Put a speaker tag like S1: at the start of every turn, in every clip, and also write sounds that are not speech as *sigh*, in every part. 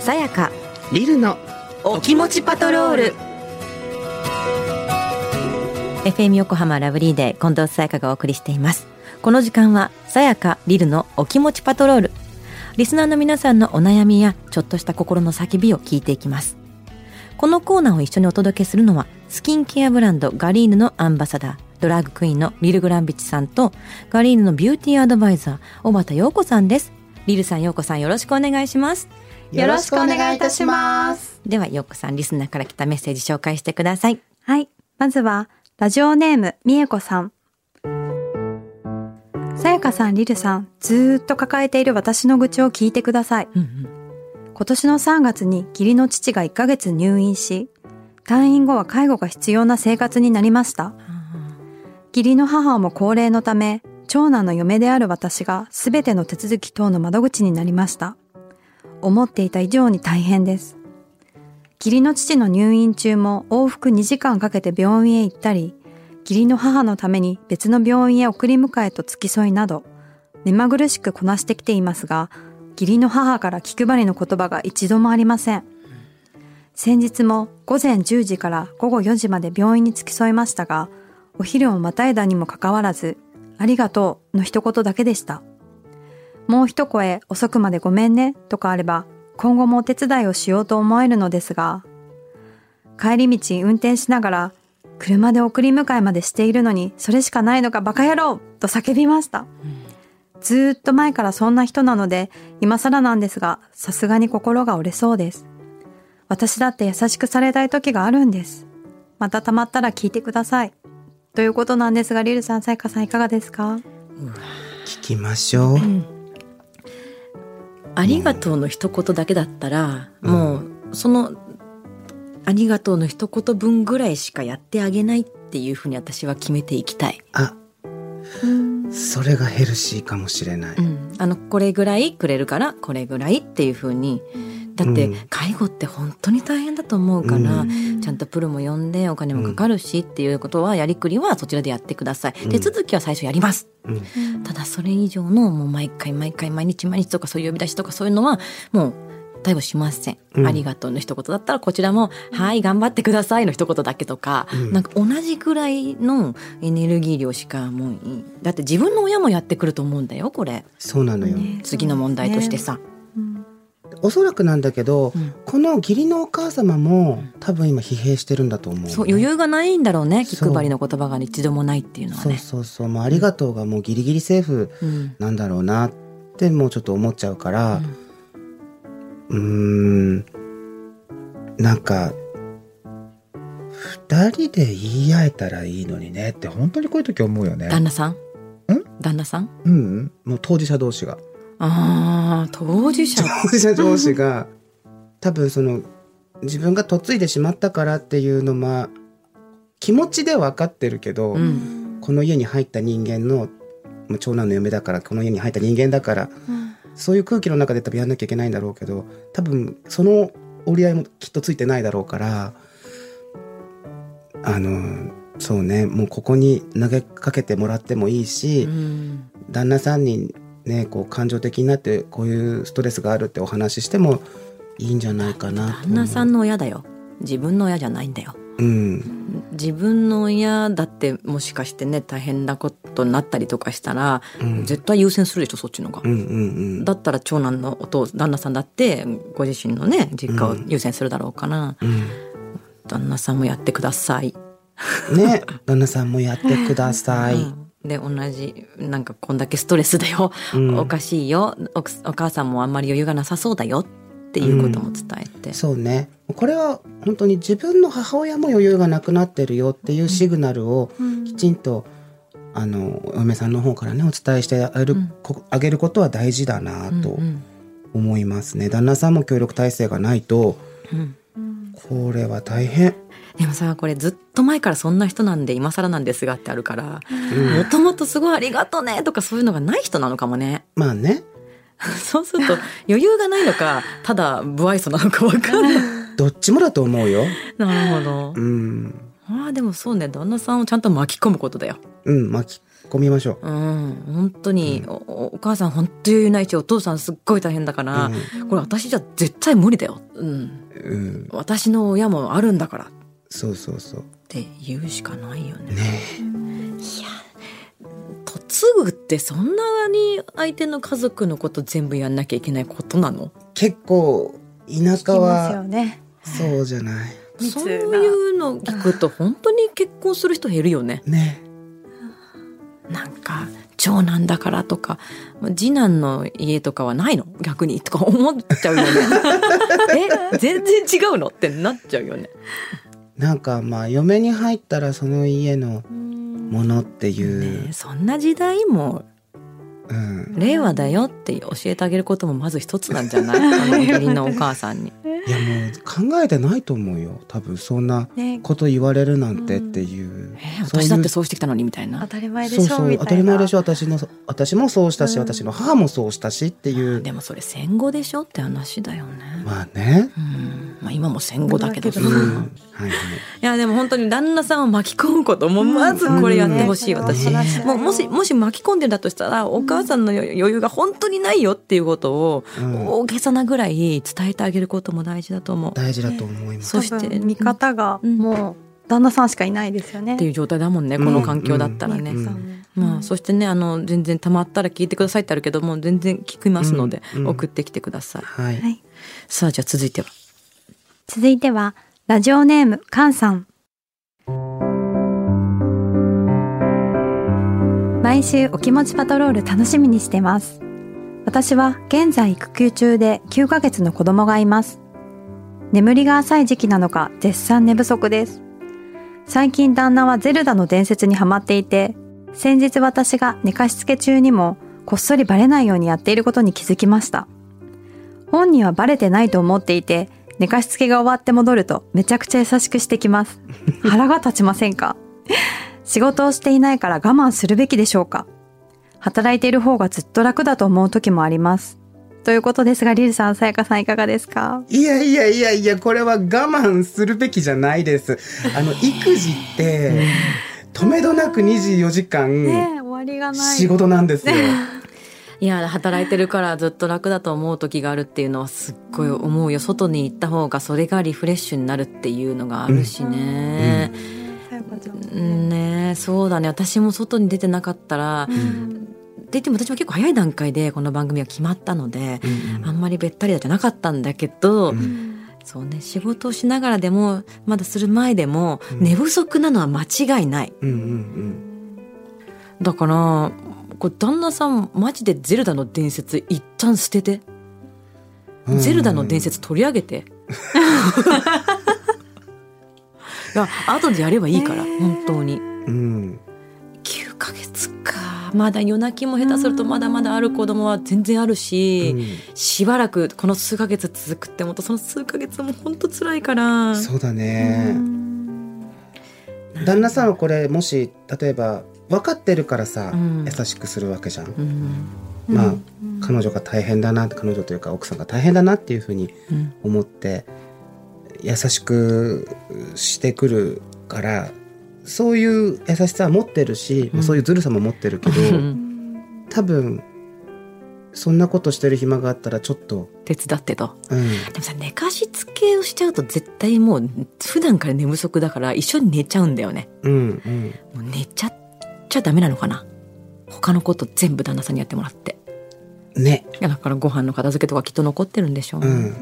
S1: さやか
S2: リルの
S1: お気持ちパトロール FM 横浜ラブリーデー近藤さやかがお送りしていますこの時間はさやかリルのお気持ちパトロールリスナーの皆さんのお悩みやちょっとした心の叫びを聞いていきますこのコーナーを一緒にお届けするのはスキンケアブランドガリーヌのアンバサダードラッグクイーンのリル・グランビチさんとガリーヌのビューティーアドバイザー小畑陽子さんですリルさん陽子さんよろしくお願いします
S3: よろしくお願いいたします。
S1: では陽子さんリスナーから来たメッセージ紹介してください
S4: はい。まずは、ラジオネーム、みえこさん。さやかさん、りるさん、ずーっと抱えている私の愚痴を聞いてください。
S1: うんうん
S4: 今年の3月に義理の父が1ヶ月入院し、退院後は介護が必要な生活になりました。義理の母も高齢のため、長男の嫁である私が全ての手続き等の窓口になりました。思っていた以上に大変です。義理の父の入院中も往復2時間かけて病院へ行ったり、義理の母のために別の病院へ送り迎えと付き添いなど、目まぐるしくこなしてきていますが、義理の母から気配りの言葉が一度もありません。先日も午前10時から午後4時まで病院に付き添いましたが、お昼をまたいだにもかかわらず、ありがとうの一言だけでした。もう一声遅くまでごめんねとかあれば、今後もお手伝いをしようと思えるのですが、帰り道運転しながら、車で送り迎えまでしているのに、それしかないのかバカ野郎と叫びました。ずーっと前からそんな人なので、今更なんですが、さすがに心が折れそうです。私だって優しくされたい時があるんです。また溜まったら聞いてください。ということなんですが、リルさん、サイカさんいかがですか
S2: 聞きましょう。
S5: ありがとうの一言だけだったら、もう、その、ありがとうの一言分ぐらいしかやってあげないっていうふうに私は決めていきたい。
S2: あ、それがヘルシーかもしれない。
S5: うん。あの、これぐらいくれるから、これぐらいっていうふうに。だっ
S2: う
S5: て
S2: ん、
S5: 介護って本当に大変だと思うから、
S2: う
S5: ちゃんとプロも呼んで、お金もかかるしっていうことは、やりくりはそちらでやってください。
S2: ん
S5: 手続きは最初やります。
S2: うん
S5: ただそれ以上のもう毎回毎回毎日毎日とかそういう呼び出しとかそういうのはもう対応しません、
S2: うん
S5: ありがとうの一言だったらこちらも「はい頑張ってください」の一言だけとか、
S2: ん
S5: なんか同じぐらいのエネルギー量しかもういいだって自分の親もやってくると思うんだよこれ
S2: そうなのよ。
S5: 次の問題としてさ、
S2: おそらくなんだけど、
S5: ん
S2: この義理のお母様も多分今疲弊してるんだと思う。
S5: そう余裕がないんだろうね気
S2: そう
S5: 配りの言葉が一度もないっていうのは
S2: そう
S5: ね。
S2: そうそう。もうありがとうがもうギリギリセーフ
S5: うん
S2: なんだろうなってもうちょっと思っちゃうから、うーん、なんか、二人で言い合えたらいいのにねって本当にこういう時思うよね。
S5: 旦那さん旦那さん
S2: うんうん、もう当事者同士が。
S5: ああ当事者
S2: 当事者同士が多分その自分が嫁いでしまったからっていうのも気持ちで分かってるけど、
S5: うん
S2: この家に入った人間のまあ長男の嫁だからこの家に入った人間だから、そういう空気の中で多分やんなきゃいけないんだろうけど多分その折り合いもきっとついてないだろうからあのそうねもうここに投げかけてもらってもいいし。
S5: うん
S2: 旦那さんにねこう感情的になってこういうストレスがあるってお話ししてもいいんじゃないかな
S5: 旦那さん
S2: の
S5: の親だよ自分の親じゃないんだよ
S2: うん
S5: 自分の親だってもしかしてね大変なことになったりとかしたら、
S2: うん
S5: 絶対優先するでしょそっちのが、
S2: うんうん
S5: だったら長男のお父旦那さんだってご自身のね実家を優先するだろうから、
S2: うん
S5: 旦那さんもやってください、
S2: うんね旦那さんもやってください、
S5: うんで同じなんかこんだけストレスだよ、
S2: うん
S5: おかしいよおお母さんもあんまり余裕がなさそうだよっていうことも伝えて、
S2: そうねこれは本当に自分の母親も余裕がなくなってるよっていうシグナルをきちんと、あのお嫁さんの方からねお伝えしてあげる,こ、あげることは大事だなと思いますね、旦那さんも協力体制がないと、これは大変
S5: でもさこれずっと前からそんな人なんで今更なんですがってあるからもともとすごいありがとねとかそういうのがない人なのかもね *laughs*
S2: まあね
S5: そうすると余裕がないのかただ不愛想なのか分かんない
S2: どっちもだと思うよ。
S5: *laughs* なるほど
S2: うん。
S5: あーでもそうね旦那さんをちゃんと巻き込むことだよ
S2: うん、巻き込みましょう。
S5: うん、本当に、おおお母さん本当余裕ないしお父さんすっごい大変だから、これ私じゃ絶対無理だよ、うん、
S2: うん、うん、
S5: 私の親もあるんだからっ
S2: そうそうそう。
S5: て言うしかないよね。
S2: ね
S5: 嫁ぐってそんなに相手の家族のこと全部やんなきゃいけないことなの
S2: 結構田舎
S4: きますよ
S2: は
S4: ね。
S2: そうじゃない。
S4: 密な
S5: そういうの聞くと本当に結婚する人減るよね。
S2: ね、
S5: なんか長男だからとか次男の家とかはないの逆にとか思っちゃうよね。え全然違うのってなっちゃうよね。
S2: なんかまあ嫁に入ったらその家のものっていう、
S5: ねえそんな時代も
S2: うん、
S5: 令和だよって教えてあげることもまず一つなんじゃないあの義理のお母さんに。
S2: いやもう考えてないと思うよ多分そんな
S4: ね、
S2: こと言われるなんてっていう、
S5: え
S2: そういう
S5: 私だってそうしてきたのにみたいな
S4: 当。たり前で
S2: そう
S4: しょ
S2: そう
S4: み
S2: 当
S4: た
S2: た
S4: い
S2: り
S4: な。
S2: 前でしょ私の私もそうしたし、私の母もそうしたしっていう
S5: でもそれ戦後でしょって話だよね。
S2: まあね、
S5: うんまあ、今も戦後だけどさ、
S4: う
S2: うん
S5: い
S2: はいはい、
S5: やでも本当に旦那さんを巻き込むこともまずこれやってほしい、
S4: うん
S5: 私、
S4: そうだね
S5: もうもしもし巻き込んでんだとしたらお母さんの余裕が本当にないよっていうことを
S2: うん
S5: 大げさなぐらい伝えてあげることも大事だと思うっ
S2: 大事だと思います、
S5: そして
S4: 多分見方が
S5: うん
S4: もう旦那さんしかいないですよね。
S5: ていう状態だもんねこの環境だったらね。
S4: ミ
S2: うん
S4: クさんも
S5: まあ、そしてねあの全然たまったら聞いてくださいってあるけどもう全然聞きますので、
S2: うんうん
S5: 送ってきてください。
S2: はい、
S4: はい
S5: さあじゃあ続いては
S4: 続いてはラジオネームカンさん毎週お気持ちパトロール楽しみにしてます私は現在育休中で9ヶ月の子供がいます眠りが浅い時期なのか絶賛寝不足です最近旦那はゼルダの伝説にハマっていて先日私が寝かしつけ中にもこっそりバレないようにやっていることに気づきました本人はバレてないと思っていて寝かしつけが終わって戻るとめちゃくちゃ優しくしてきます腹が立ちませんか仕事をしていないから我慢するべきでしょうか働いている方がずっと楽だと思う時もありますということですがリルさんさやかさんいかがですか
S2: いやいやいやいや、これは我慢するべきじゃないです。あの、育児って、とめどなく24時間、
S4: え終わりが
S2: 仕事なんですよ。
S5: いや働いてるからずっと楽だと思う時があるっていうのはすっごい思うよ外に行った方がそれがリフレッシュになるっていうのがあるしね。うんねそうだね私も外に出てなかったら、出ても私も結構早い段階でこの番組は決まったので、あんまりべったりだじゃなかったんだけど、そうね仕事をしながらでもまだする前でも、寝不足なのは間違いない
S2: うんうん
S5: だからこれ旦那さんマジで「ゼルダの伝説」一旦捨てて「
S2: うん
S5: ゼルダの伝説」取り上げ *laughs* て。いや後でやればいいから、本当に
S2: うん。うん。
S5: 9ヶ月かまだ夜泣きも下手するとまだまだある子供は全然あるし、しばらくこの数ヶ月続くって思うとその数ヶ月も本当辛いから
S2: そうだね。旦那さんはこれ、もし、例えば、分かってるからさ、
S5: うん
S2: 優しくするわけじゃん。
S5: うん
S2: まあ、彼女が大変だな、彼女というか奥さんが大変だなっていうふうに
S5: うん
S2: 思って優しくしてくるからそういう優しさは持ってるし、まあそういうずるさも持ってるけど
S5: うん
S2: 多分そんなことしてる暇があったらちょっと、
S5: 手伝ってと
S2: うん、
S5: でもさ寝かしつけをしちゃうと絶対もう普段から寝不足だから一緒に寝ちゃうんだよね
S2: うんうん
S5: もう寝ちゃっちゃダメなのかな他のこと全部旦那さんにやってもらって
S2: ね、
S5: いやだからご飯の片付けとかきっと残ってるんでしょう、
S2: うん、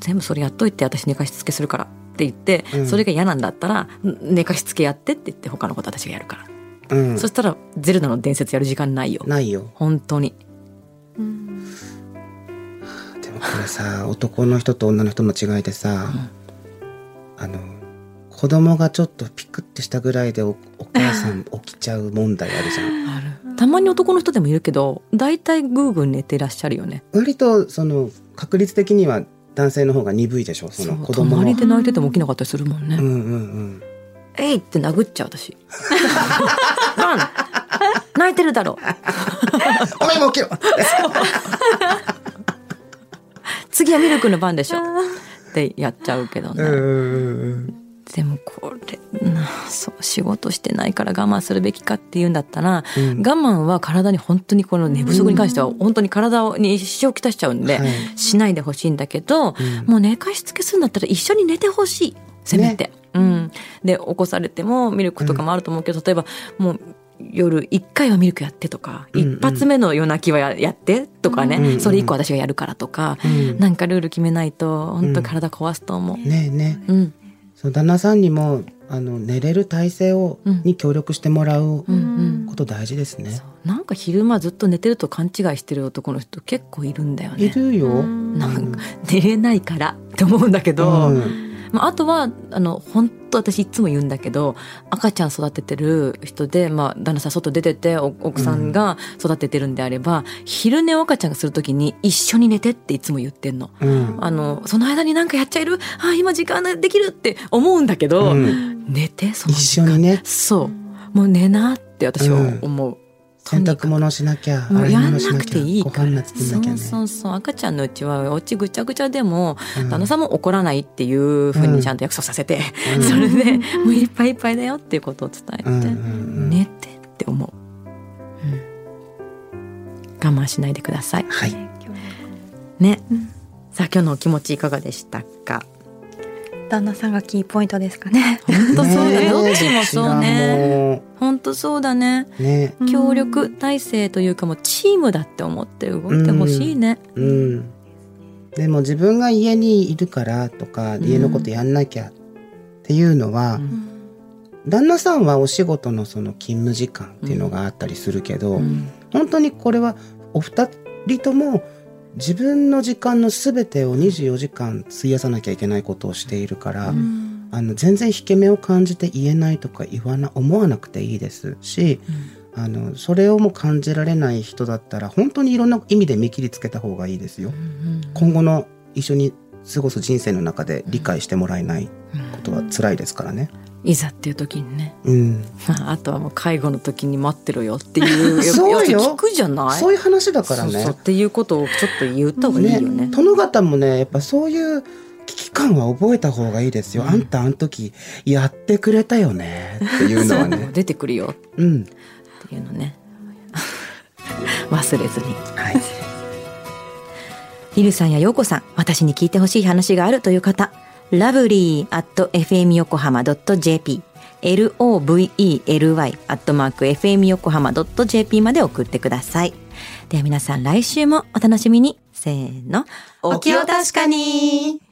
S5: 全部それやっといて私寝かしつけするからって言って、
S2: うん
S5: それが嫌なんだったらん寝かしつけやってって言って他のこと私がやるから、
S2: うん
S5: そしたらゼルダの伝説やる時間ないよ
S2: ないよ
S5: 本当に
S2: でもこれさ男の人と女の人の違いでさ、あの子供がちょっとピクってしたぐらいでおお母さん起きちゃう問題あるじゃん
S5: たまに男の人でもいるけど大体ぐーぐー寝てらっしゃるよね
S2: 割とその確率的には男性の方が鈍いでしょその子供の
S5: 隣で泣いてても起きなかったりするもんね、
S2: うんうん
S5: えいって殴っちゃう私 *laughs* なん泣いてるだろ
S2: うん。お前も起きろ。
S5: 次はミルクの番でしょってやっちゃうけどね、
S2: うんうんうん
S5: でもこれなそう仕事してないから我慢するべきかっていうんだったら、
S2: うん
S5: 我慢は体に本当にこの寝不足に関しては本当に体に支障をきたしちゃうんで、
S2: はい
S5: しないでほしいんだけど、
S2: うん
S5: もう寝かしつけするんだったら一緒に寝てほしいせめて。うん、で起こされてもミルクとかもあると思うけど、例えばもう夜1回はミルクやってとか、
S2: うんうん
S5: 一発目の夜泣きはややってとかね、
S2: うんうん
S5: それ以降私がやるからとか、
S2: うん
S5: なんかルール決めないと本当体壊すと思う。
S2: ねえねえ
S5: うん
S2: そう旦那さんにもあの寝れる体制を、
S5: うん
S2: に協力してもらう
S5: うんうん
S2: こと大事ですね。
S5: なんか昼間ずっと寝てると勘違いしてる男の人結構いるんだよ
S2: い
S5: ね。
S2: るよ。
S5: なんか寝れないから *laughs* って思うんだけど、
S2: うん
S5: まあ、あとはあの本当私いつも言うんだけど赤ちゃん育ててる人で、まあ、旦那さん外出ててお奥さんが育ててるんであれば、昼寝を赤ちゃんがする時に一緒に寝てっていつも言ってんの。
S2: うん
S5: あのその間になんかやっちゃいるあー今時間できるって思うんだけど、
S2: うん
S5: 寝てその
S2: 一
S5: 時
S2: 緒
S5: 間
S2: にね
S5: そうもう寝なって私は思う、と
S2: 洗
S5: にかく
S2: 濯物しなきゃ
S5: もうや
S2: 洗い
S5: ん
S2: 物し
S5: な
S2: な
S5: く
S2: き
S5: て
S2: ゃ
S5: いい
S2: ご
S5: から
S2: 飯な作んなき
S5: そ
S2: ゃ
S5: う
S2: ね。
S5: そうそう赤ちゃんのうちはお家ぐちゃぐちゃでも、
S2: うん
S5: 旦那さんも怒らないっていうふう
S2: うん
S5: にちゃんと約束させて、
S2: うん
S5: *laughs* それでもういっぱいいっぱいだよっていうことを伝えて、
S2: うんうんうん
S5: 寝てって思う、うん我慢しないでください
S2: はい。
S5: ね、さあ今日のお気持ちいかがでしたか
S4: 旦那さんがキーポイントですかね。
S5: 本当そうだ
S2: ねえ
S5: ねどっちもそうね。
S2: ど
S5: 本当そうだね
S2: ちらもね。
S5: 協力体制というかもうチームだって思って動いてほしいね、
S2: うん。でも自分が家にいるからとか、
S5: ん
S2: 家のことやんなきゃっていうのは、
S5: うん
S2: 旦那さんはお仕事のその勤務時間っていうのがあったりするけど、
S5: うん
S2: 本当にこれはお二人とも自分の時間の全てを24時間費やさなきゃいけないことをしているから、あの全然引け目を感じて言えないとか言わな思わなくていいですし、あのそれをもう感じられない人だったら本当にいろんな意味で見切りつけた方がいいですよ。今後の一緒に過ごす人生の中で理解してもらえないことは辛いですからね。
S5: いざっていう時にね
S2: うん、
S5: *laughs* まああとはもう介護の時に待ってろよって
S2: *laughs*
S5: いうやつ
S2: そうよ
S5: 聞くじゃない
S2: そういう話だからね。
S5: そうそうっていうことをちょっと言った方がいいよね。
S2: 殿方もねやっぱそういう危機感は覚えた方がいいですよ、あんたあの時やってくれたよねっていうのは
S5: *laughs* そう
S2: ね
S5: 出てくるよ
S2: うん
S5: っていうのね *laughs* 忘れずに。
S2: はい
S1: リルさんやヨーコさん、私に聞いてほしい話があるという方、lovely.fmyokohama.jp lovely.fmyokohama.jp まで送ってください。では皆さん来週もお楽しみに。せーの。
S3: お気を確かに